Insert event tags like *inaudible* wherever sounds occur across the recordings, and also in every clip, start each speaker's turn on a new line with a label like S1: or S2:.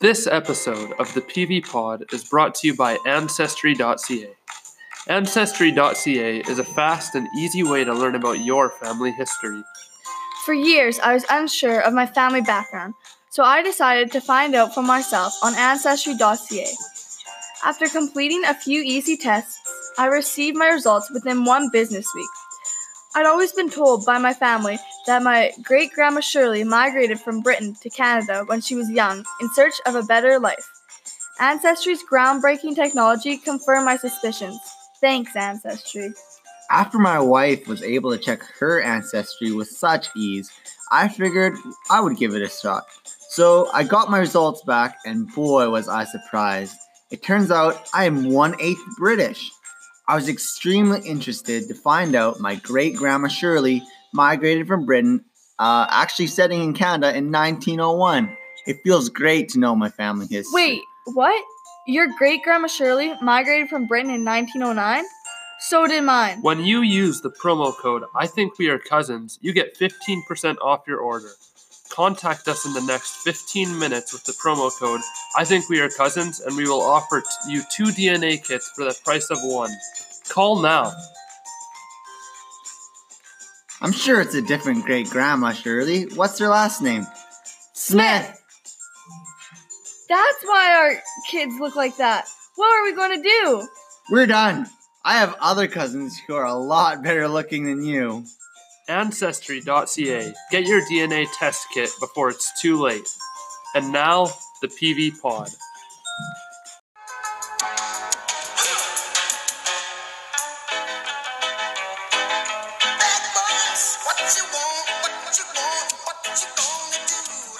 S1: This episode of the PV Pod is brought to you by Ancestry.ca. Ancestry.ca is a fast and easy way to learn about your family history.
S2: For years, I was unsure of my family background, so I decided to find out for myself on Ancestry.ca. After completing a few easy tests, I received my results within one business week. I'd always been told by my family that my great grandma Shirley migrated from Britain to Canada when she was young in search of a better life. Ancestry's groundbreaking technology confirmed my suspicions. Thanks, Ancestry.
S3: After my wife was able to check her ancestry with such ease, I figured I would give it a shot. So I got my results back, and boy, was I surprised. It turns out I am one eighth British. I was extremely interested to find out my great grandma Shirley migrated from Britain, uh, actually setting in Canada in 1901. It feels great to know my family history.
S2: Wait, what? Your great grandma Shirley migrated from Britain in 1909? So did mine.
S1: When you use the promo code I think we are cousins, you get 15% off your order. Contact us in the next 15 minutes with the promo code I think we are cousins and we will offer t- you two DNA kits for the price of one. Call now.
S3: I'm sure it's a different great grandma Shirley. What's her last name?
S2: Smith. That's why our kids look like that. What are we going to do?
S3: We're done. I have other cousins who are a lot better looking than you.
S1: Ancestry.ca. Get your DNA test kit before it's too late. And now, the PV Pod.
S4: Bad boys, what you want, what you want, what you gonna do?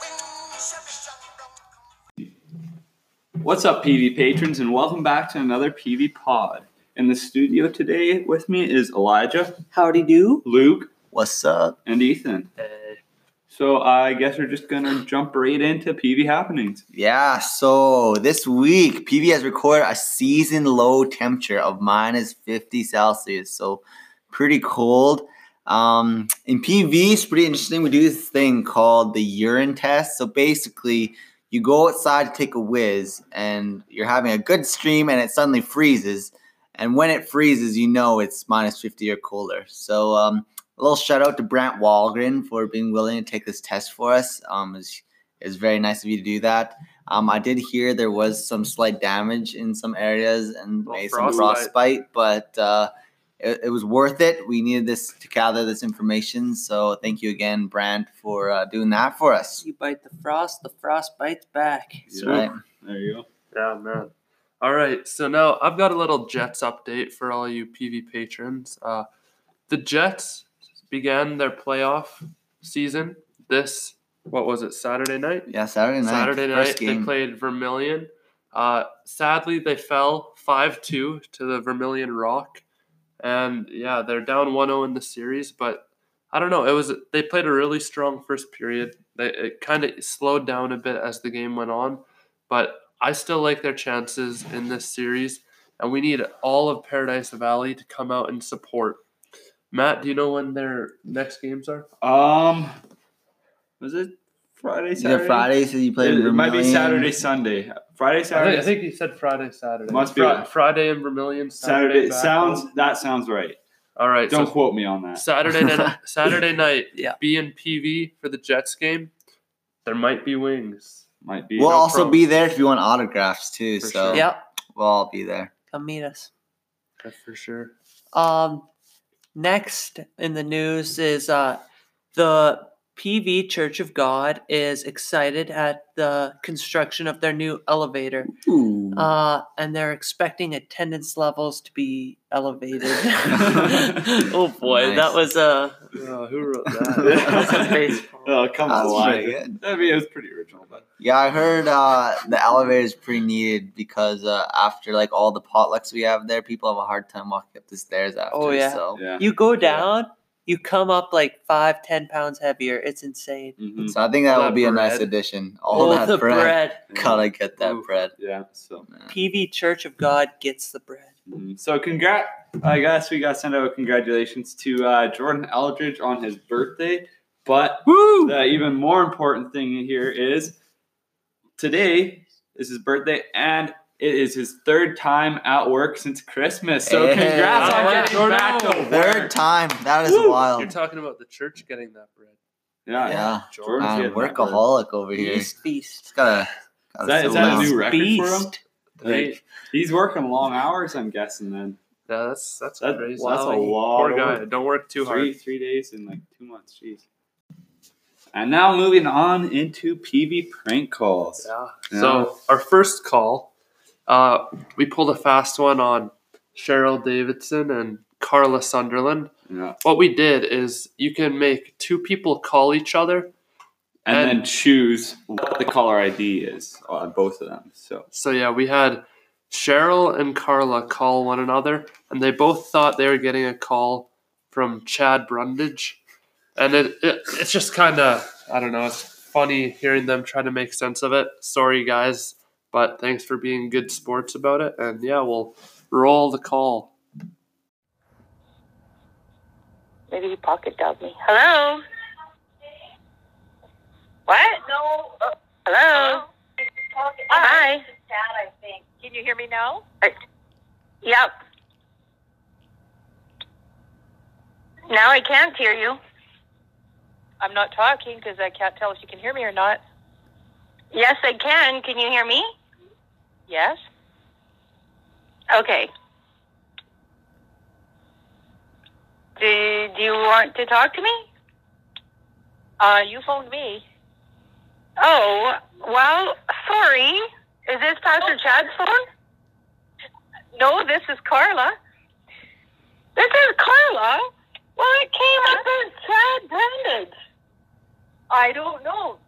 S4: When Chevy Shop don't come.
S5: What's up, PV patrons, and welcome back to another PV pod. In the studio today with me is Elijah,
S6: Howdy do.
S5: Luke,
S3: What's up?
S5: and Ethan. So I guess we're just gonna jump right into PV happenings.
S3: Yeah, so this week PV has recorded a season low temperature of minus 50 Celsius, so pretty cold. Um, in PV, it's pretty interesting. We do this thing called the urine test. So basically, you go outside to take a whiz, and you're having a good stream, and it suddenly freezes. And when it freezes, you know it's minus 50 or colder. So um, a little shout out to Brant Walgren for being willing to take this test for us. Um, it's, it's very nice of you to do that. Um, I did hear there was some slight damage in some areas and
S1: Well,
S3: maybe some
S1: frostbite.
S3: frostbite, but uh, it, it was worth it. We needed this to gather this information. So thank you again, Brant, for uh, doing that for us.
S6: You bite the frost, the frost bites back.
S3: That's right.
S5: There you go.
S1: Yeah, man. All right, so now I've got a little Jets update for all you PV patrons. Uh, the Jets began their playoff season this, what was it, Saturday night?
S3: Yeah, Saturday night.
S1: Saturday night,
S3: first
S1: they
S3: game.
S1: played Vermilion. Uh, sadly, they fell 5 2 to the Vermilion Rock. And yeah, they're down 1 0 in the series, but I don't know. It was they played a really strong first period. They, it kind of slowed down a bit as the game went on, but I still like their chances in this series. And we need all of Paradise Valley to come out and support. Matt, do you know when their next games are?
S5: Um, was it Friday,
S3: Yeah,
S5: Saturday?
S3: Friday, so you
S5: It,
S3: played.
S5: it might be
S3: Vermilion.
S5: Saturday, Sunday. Friday,
S1: I
S5: Saturday,
S1: think, I think you said Friday, Saturday.
S5: Must be
S1: Fri-
S5: right.
S1: Friday and Vermilion.
S5: Saturday.
S1: Saturday back
S5: sounds
S1: home.
S5: that sounds right.
S1: All right,
S5: Don't
S1: so
S5: quote me on that.
S1: Saturday
S5: *laughs*
S1: night, Saturday night,
S6: Yeah.
S1: B and PV for the Jets game. There might be wings.
S5: Might be.
S3: We'll
S1: No
S3: also
S1: problem.
S3: be there if you want autographs too.
S1: For
S3: so
S1: sure.
S6: Yeah,
S3: we'll all be there.
S6: come meet us.
S1: That's for sure.
S6: Um, next in the news is uh, the PV Church of God is excited at the construction of their new elevator,
S3: Ooh.
S6: uh, and they're expecting attendance levels to be
S3: *laughs*
S6: elevated. *laughs*
S5: *laughs*
S6: oh boy,
S3: Nice.
S6: that was uh, a
S5: Uh,
S1: Oh, who *laughs* wrote
S6: that was
S5: *laughs*
S6: a
S1: that?
S6: baseball.
S5: oh, come
S3: That
S5: on,
S3: was pretty
S5: Elijah.
S3: good.
S5: *laughs* I mean, it was pretty original, but
S3: Yeah, I heard uh, the elevator is pretty needed because uh, after like all the potlucks we have there, people have a hard time walking up the stairs after.
S6: Oh, yeah.
S3: So
S5: yeah.
S6: You go down, you come up like five, ten pounds heavier. It's insane.
S5: Mhm.
S3: So I think that
S1: All
S3: will
S1: that
S3: be a nice
S1: bread.
S3: addition.
S6: Oh,
S3: All that
S6: the
S3: bread.
S6: bread.
S3: *laughs* Gotta get that
S1: Oof.
S3: bread.
S5: Yeah. So.
S6: PV Church of God gets the bread.
S5: Mhm. So congrats! I guess we got to send out congratulations to uh, Jordan Eldridge on his birthday. But
S6: Woo!
S5: the even more important thing here is today is his birthday, and it is his third time at work since Christmas. So
S3: Hey.
S5: congrats on
S1: Yeah.
S5: getting back to work.
S3: Third time. That is
S5: Woo!
S1: You're
S3: wild.
S1: talking about the church getting that bread.
S5: Yeah,
S3: Yeah.
S5: Jordan's
S3: Man,
S5: getting that bread.
S3: workaholic over here. He's
S6: Beast, beast.
S3: gotta.
S5: Is
S3: gotta
S5: that, is
S3: settle
S5: that a
S3: down.
S5: new record for him?
S6: Beast.
S1: They-
S5: He's working long hours, I'm guessing. Then
S1: yeah, that's that's
S5: That-
S1: crazy.
S5: well, that's a
S1: Wow.
S5: lot
S1: Poor
S5: of
S1: guy.
S5: work.
S1: Don't work too hard.
S5: three three days in like two months. Jeez. And now moving on into PV prank calls.
S1: Yeah.
S5: Yeah.
S1: So our first call, uh, we pulled a fast one on Cheryl Davidson and Carla Sunderland.
S5: Yeah.
S1: What we did is you can make two people call each other.
S5: And,
S1: And-
S5: then choose what the caller ID is on both of them. So
S1: So yeah, we had Cheryl and Carla call one another, and they both thought they were getting a call from Chad Brundage, and it, it it's just kind of I don't know. It's funny hearing them try to make sense of it. Sorry guys, but thanks for being good sports about it. And yeah, we'll roll the call.
S7: Maybe he pocket dialed me. Hello. What? No.
S8: uh,
S7: Hello. Hi.
S8: Dad, I think. Can you hear me now?
S7: Yep. Now I can't hear you.
S8: I'm not talking because I can't tell if you can hear me or not.
S7: Yes, I can. Can you hear me?
S8: Yes.
S7: Okay. Do, do you want to talk to me?
S8: Uh, you phoned me.
S7: Oh, well, sorry. Is this Pastor Chad's phone?
S8: Oh. No, this is Carla.
S7: This is Carla. Well, it came up as Chad Brandage.
S8: I don't know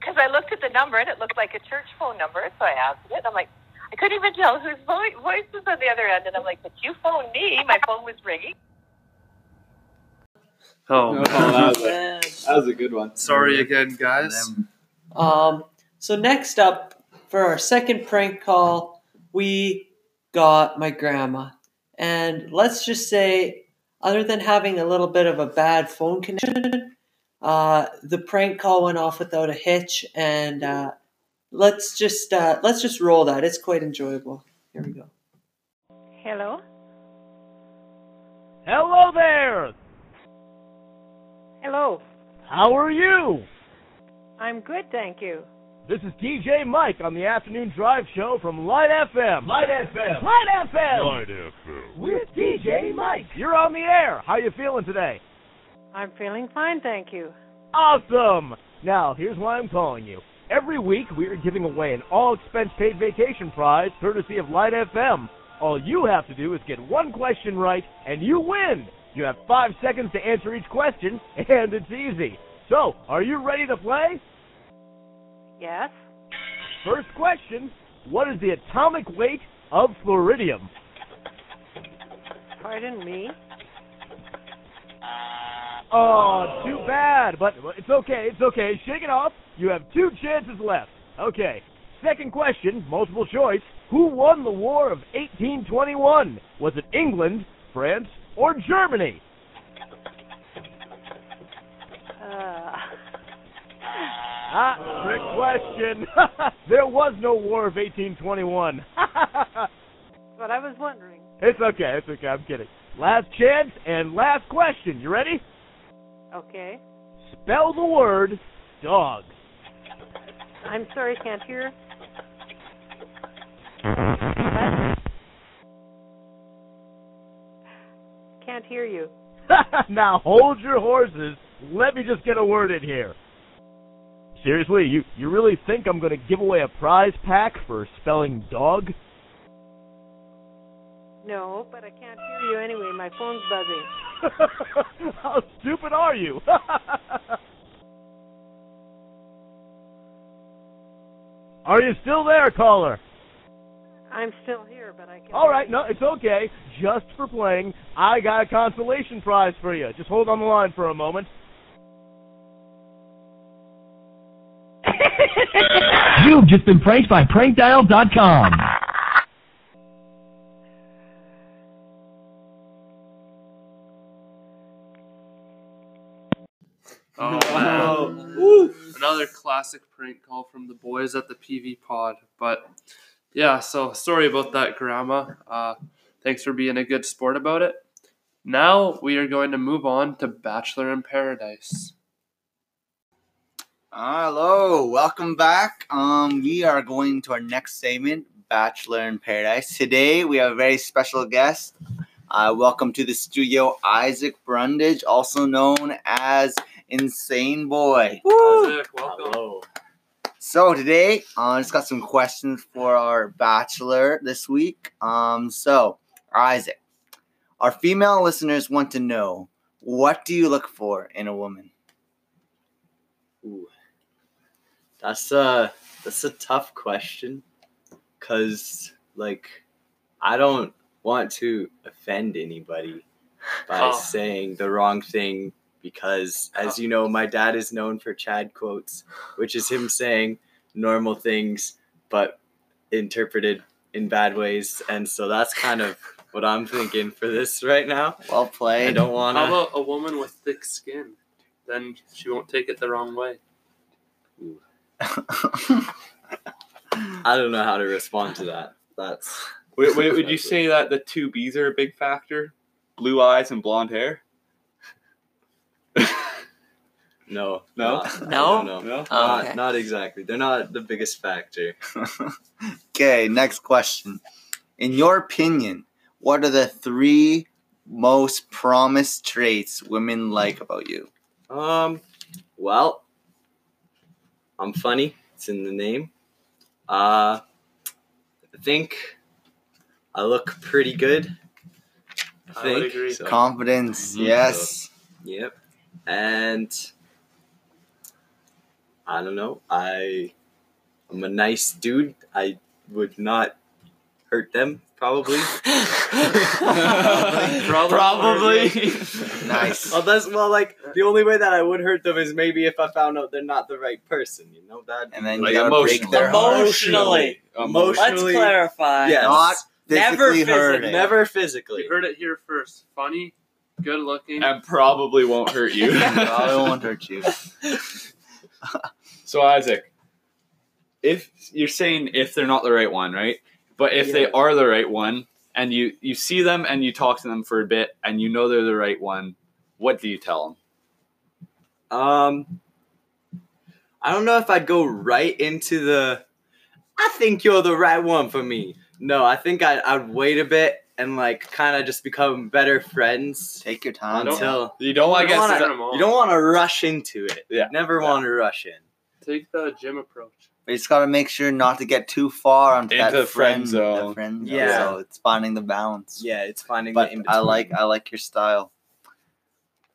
S8: because I looked at the number and it looked like a church phone number, so I asked it. I'm like, I couldn't even tell whose vo- voice was on the other end, and I'm like, but you phoned me. My phone was ringing.
S1: Oh,
S5: *laughs* Oh, that, was a,
S6: Yes.
S5: that was a good one.
S1: sorry again, guys.
S3: Them-
S6: Um, so next up for our second prank call, we got my grandma. And let's just say, other than having a little bit of a bad phone connection, uh, the prank call went off without a hitch. And uh, let's just uh, let's just roll that. It's quite enjoyable. Here we go.
S8: Hello.
S9: Hello there!
S8: Hello.
S9: How are you?
S8: I'm good, thank you.
S9: This is DJ Mike on the afternoon drive show from Light FM. Light FM. Light FM. Light FM. With DJ Mike. You're on the air. How you feeling today?
S8: I'm feeling fine, thank you.
S9: Awesome. Now, here's why I'm calling you. Every week we are giving away an all-expense-paid vacation prize courtesy of Light FM. All you have to do is get one question right, and you win. You have five seconds to answer each question, *laughs* and it's easy. So, are you ready to play?
S8: Yes.
S9: First question What is the atomic weight of fluoridium?
S8: Pardon me.
S9: Oh, too bad, but it's okay, it's okay. Shake it off. You have two chances left. Okay. Second question, multiple choice. Who won the War of 1821? Was it England, France, or Germany?
S8: Uh,
S9: Ah, trick question. *laughs* there was no War of 1821.
S8: what I was wondering.
S9: it's okay, it's okay, I'm kidding. Last chance and last question. You ready?
S8: Okay.
S9: Spell the word dog.
S8: I'm sorry, can't hear. Can't hear you.
S9: *laughs* now hold your horses. Let me just get a word in here. Seriously, you, you really think I'm going to give away a prize pack for spelling dog?
S8: No, but I can't hear you anyway. My phone's buzzing.
S9: *laughs* How stupid are you? *laughs* are you still there, caller?
S8: I'm still here, but I can't.
S9: All right, no, it's okay. Just for playing, I got a consolation prize for you. Just hold on the line for
S10: *laughs*
S9: a moment. You've just been pranked by prankdial.com.
S1: Oh,
S5: Wow.
S1: wow.
S5: Woo.
S1: Oh, another classic prank call from the boys at the PV pod. But yeah, so sorry about that, Grandma. Uh, thanks for being a good sport about it. Now we are going to move on to Bachelor in Paradise.
S3: Hello, welcome back. Um, we are going to our next segment, Bachelor in Paradise. Today we have a very special guest. Uh, welcome to the studio, Isaac Brundage, also known as Insane Boy.
S1: Isaac, welcome.
S3: So today, uh, I just got some questions for our bachelor this week. Um, so Isaac, our female listeners want to know what do you look for in a woman?
S10: Ooh. That's a that's a tough question cuz like I don't want to offend
S3: *laughs*
S10: anybody by
S1: Oh.
S10: saying the wrong thing because
S3: Oh.
S10: as you know my dad is known for Chad quotes which is him saying normal things but interpreted in bad ways and so that's kind of what I'm thinking for this right now.
S3: Well
S10: I
S3: played.
S10: don't want
S1: How
S10: to
S1: about a woman with thick skin? Then she won't take it the wrong way.
S10: I don't know how to respond to that. That's
S5: Wait, wait, would you say that the two B's are a big factor? Blue eyes and blonde hair?
S10: No,
S5: No?
S10: not- no,
S6: No?
S10: no.
S5: No?
S10: Not,
S6: Okay.
S10: not exactly. They're not the biggest factor.
S3: *laughs* okay, next question. In your opinion, what are the three most promised traits women like about you?
S10: Um, well, I'm funny. It's in the name. Uh, I think I look pretty good. I
S1: I
S10: think.
S1: would agree.
S10: so.
S3: *laughs* Confidence,
S10: Mhm.
S3: yes.
S10: Yep. And I don't know. I I'm a nice dude. I would not hurt them
S5: *laughs*
S10: probably.
S1: Probably.
S3: Nice.
S10: well, that's well, like the only way that I would hurt them is maybe if I found out they're not the right person. You know that
S3: And then
S5: Like
S3: you gotta break
S5: emotionally.
S3: their heart.
S6: Emotionally. Let's
S10: emotionally.
S6: clarify.
S10: Yes.
S3: Not
S6: Never
S3: physically
S6: physically.
S3: hurting. *laughs*
S10: Never
S1: You
S10: physically.
S1: heard it here first. Funny, good looking.
S5: And *laughs* probably won't hurt you.
S3: I won't hurt you.
S5: So Isaac, if you're saying if they're not the right one, right? But if they
S10: Yeah.
S5: are the right one, and you you see them and you talk to them for a bit, and you know they're the right one, what do you tell them?
S10: Um, I don't know if I'd go right into the. I think you're the right one for me. No, I think I'd, I'd wait a bit and like kind of just become better friends
S3: Take your time. yeah.
S10: until
S5: You don't
S10: I
S5: like
S10: guess
S1: wanna-
S5: to
S1: Turn 'em on.
S10: you don't want to rush into it.
S5: Yeah.
S10: Never
S5: Yeah.
S10: want to rush in.
S1: Take the gym approach.
S3: But you just gotta make sure not to get too far onto
S5: Into
S3: that
S5: the friend zone.
S3: That friend zone.
S10: Yeah.
S3: So it's finding the balance.
S10: Yeah, it's finding
S3: But
S10: the in
S3: I like I like your style.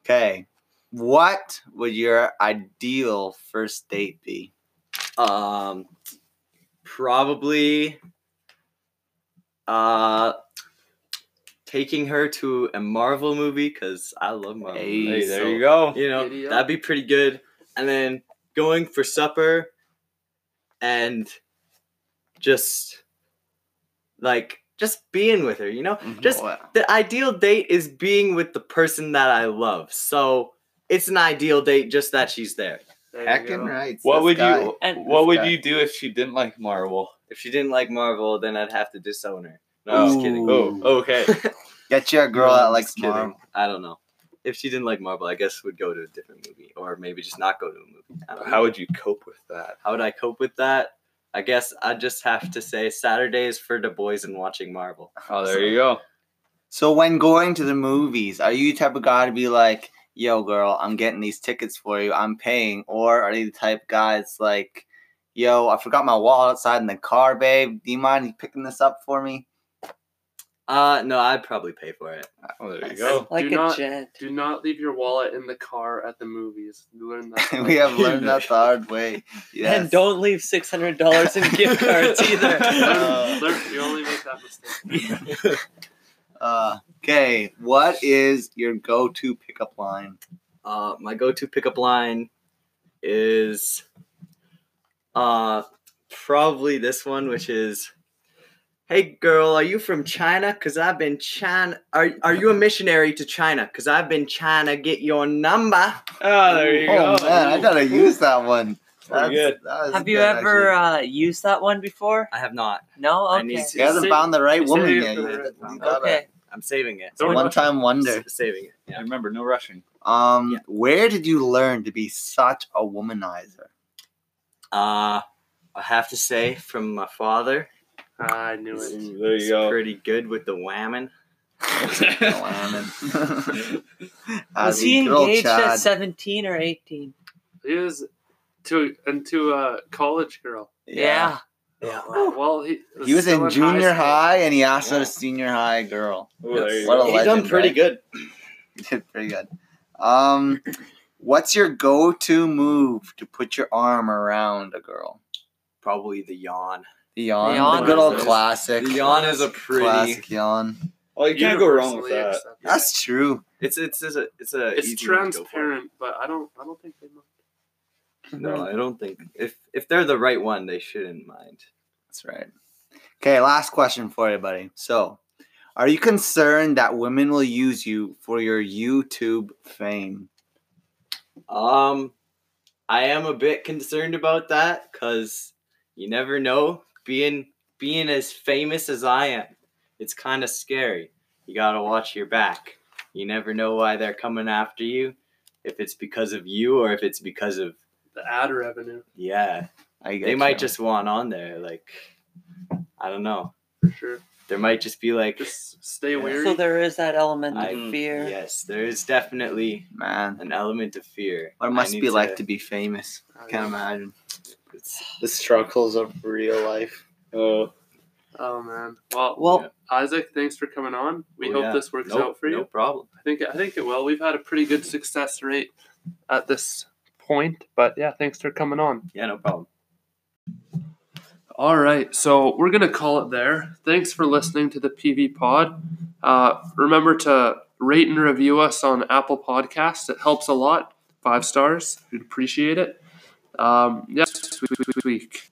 S3: Okay. What would your ideal first date be?
S10: Um, probably uh taking her to a Marvel movie because I love Marvel.
S3: Hey,
S10: movies,
S5: there
S10: so,
S5: you go.
S10: You know
S1: Giddy up.
S10: that'd be pretty good. And then going for supper and just like just being with her. You know,
S1: Mm-hmm.
S10: just
S3: What?
S10: the ideal date is being with the person that I love. So it's an ideal date just that she's there.
S1: There you
S3: heckin'
S1: go.
S3: right. it's
S5: What
S3: this
S5: would
S3: guy.
S5: you
S6: And
S5: What
S3: this
S5: would
S3: guy.
S5: you do if she didn't like Marvel?
S10: If she didn't like Marvel, then I'd have to disown her. No, I'm just kidding.
S5: Oh,
S3: Ooh.
S5: okay.
S3: get you a girl
S10: No,
S3: that
S10: I'm
S3: likes
S10: just kidding.
S3: Marvel?
S10: I don't know. If she didn't like Marvel, I guess would go to a different movie, or maybe just not go to a movie. I don't know.
S5: How would you cope with that?
S10: How would I cope with that? I guess I just have to say Saturdays for the boys and watching Marvel.
S5: Oh, there you go.
S3: So when going to the movies, are you the type of guy to be like, "Yo, girl, I'm getting these tickets for you. I'm paying," or are you the type of guy that's like, "Yo, I forgot my wallet outside in the car, babe. Do you mind you picking this up for me?"
S10: Uh, no, I'd probably pay for it.
S5: Oh, there you go.
S6: Like
S1: Do
S6: a
S1: not-
S6: gent.
S1: Do not leave your wallet in the car at the movies. You learn that.
S3: *laughs* we have
S1: *laughs*
S3: learned that the hard
S10: *laughs*
S3: way. Yes.
S6: And don't leave six hundred dollars in gift
S5: *laughs*
S6: cards either.
S3: uh,
S1: Learn- learn- you only make that
S3: *laughs*
S1: mistake.
S3: Uh, Okay, what is your go-to pickup line?
S10: Uh, my go-to pickup line is uh probably this one, which is, "Hey girl, are you from China? Cause I've been China. Are are you a missionary to China? Cause I've been China. Get your number."
S5: Oh, there you
S3: oh
S5: go.
S3: man, I gotta use that one. That's,
S9: Pretty good.
S3: that was
S6: Have you
S3: good,
S6: ever
S3: actually.
S6: uh, used that one before?
S9: I have not.
S6: No. Okay.
S9: I need to.
S3: He hasn't
S1: Save-
S3: found the right
S1: save
S3: woman
S1: it
S3: yet.
S1: for the
S3: You-
S1: right
S3: you
S1: time.
S3: gotta-
S6: okay.
S9: I'm saving it.
S3: It's a one-time wonder.
S9: S- saving it.
S5: Yeah,
S9: Yeah.
S5: remember, no rushing.
S3: Um,
S9: Yeah.
S3: where did you learn to be such a womanizer?
S9: Uh, I have to say, from my father,
S1: Ah, I knew
S9: he's,
S1: it.
S5: There you
S9: he's
S5: go. *laughs*
S9: pretty good with the whammon.
S3: Oh, *laughs* man.
S6: Was
S3: As
S6: he
S3: we- good old
S6: engaged at
S3: Chad.
S6: seventeen or eighteen?
S1: He was to and to a college girl.
S6: Yeah.
S9: Yeah.
S1: Well, he was,
S3: He was
S1: still
S3: in junior
S1: school.
S3: high, and he asked out
S9: Yeah.
S3: a senior high girl. *laughs*
S5: Oh, there you
S3: What a
S5: go.
S9: He's done
S3: legend,
S9: pretty
S3: right?
S9: good.
S3: He did pretty good. Um, what's your go-to move to put your arm around a girl?
S9: Probably the yawn.
S3: The yawn,
S6: yawn
S3: the good old
S9: is-
S3: classic.
S9: The yawn is a pretty.
S3: classic yawn.
S5: Oh, you can't go wrong
S1: Universally
S5: with that.
S1: accepted.
S3: That's true.
S9: It's it's it's a it's a.
S1: it's
S9: easy one to go for.
S1: transparent, but I don't I don't think they mind.
S9: No, I don't think if if they're the right one, they shouldn't mind.
S3: That's right. Okay, last question for you, buddy. So, are you concerned that women will use you for your YouTube fame?
S9: Um, I am a bit concerned about that because you never know. Being being as famous as I am, it's kind of scary. You gotta watch your back. You never know why they're coming after you. If it's because of you or if it's because of
S1: The ad revenue
S9: yeah,
S3: I
S9: they might
S3: you.
S9: just want on there. Like I don't know.
S1: for sure.
S9: There might just be like
S1: Just stay
S9: Yeah.
S1: weary.
S6: So there is that element of
S9: I-
S6: fear.
S9: yes, there is definitely
S3: man.
S9: an element of fear.
S3: What it
S9: I
S3: must
S9: need
S3: be like to be famous?
S1: I
S3: Can't
S1: know.
S3: imagine.
S9: it's-
S3: The struggles of real life.
S5: Oh,
S1: Oh man. Well,
S6: Well,
S1: Isaac, thanks for coming on. We
S9: Oh,
S1: hope
S9: yeah.
S1: this works
S9: no,
S1: out for
S9: no
S1: you.
S9: problem.
S1: I think I think it will. We've had a pretty good success rate at this point, but yeah, thanks for coming on.
S9: Yeah, no problem.
S1: All right, so we're gonna call it there. Thanks for listening to the PV Pod. Uh, remember to rate and review us on Apple Podcasts. It helps a lot. Five stars, we'd appreciate it. Um, yes, week.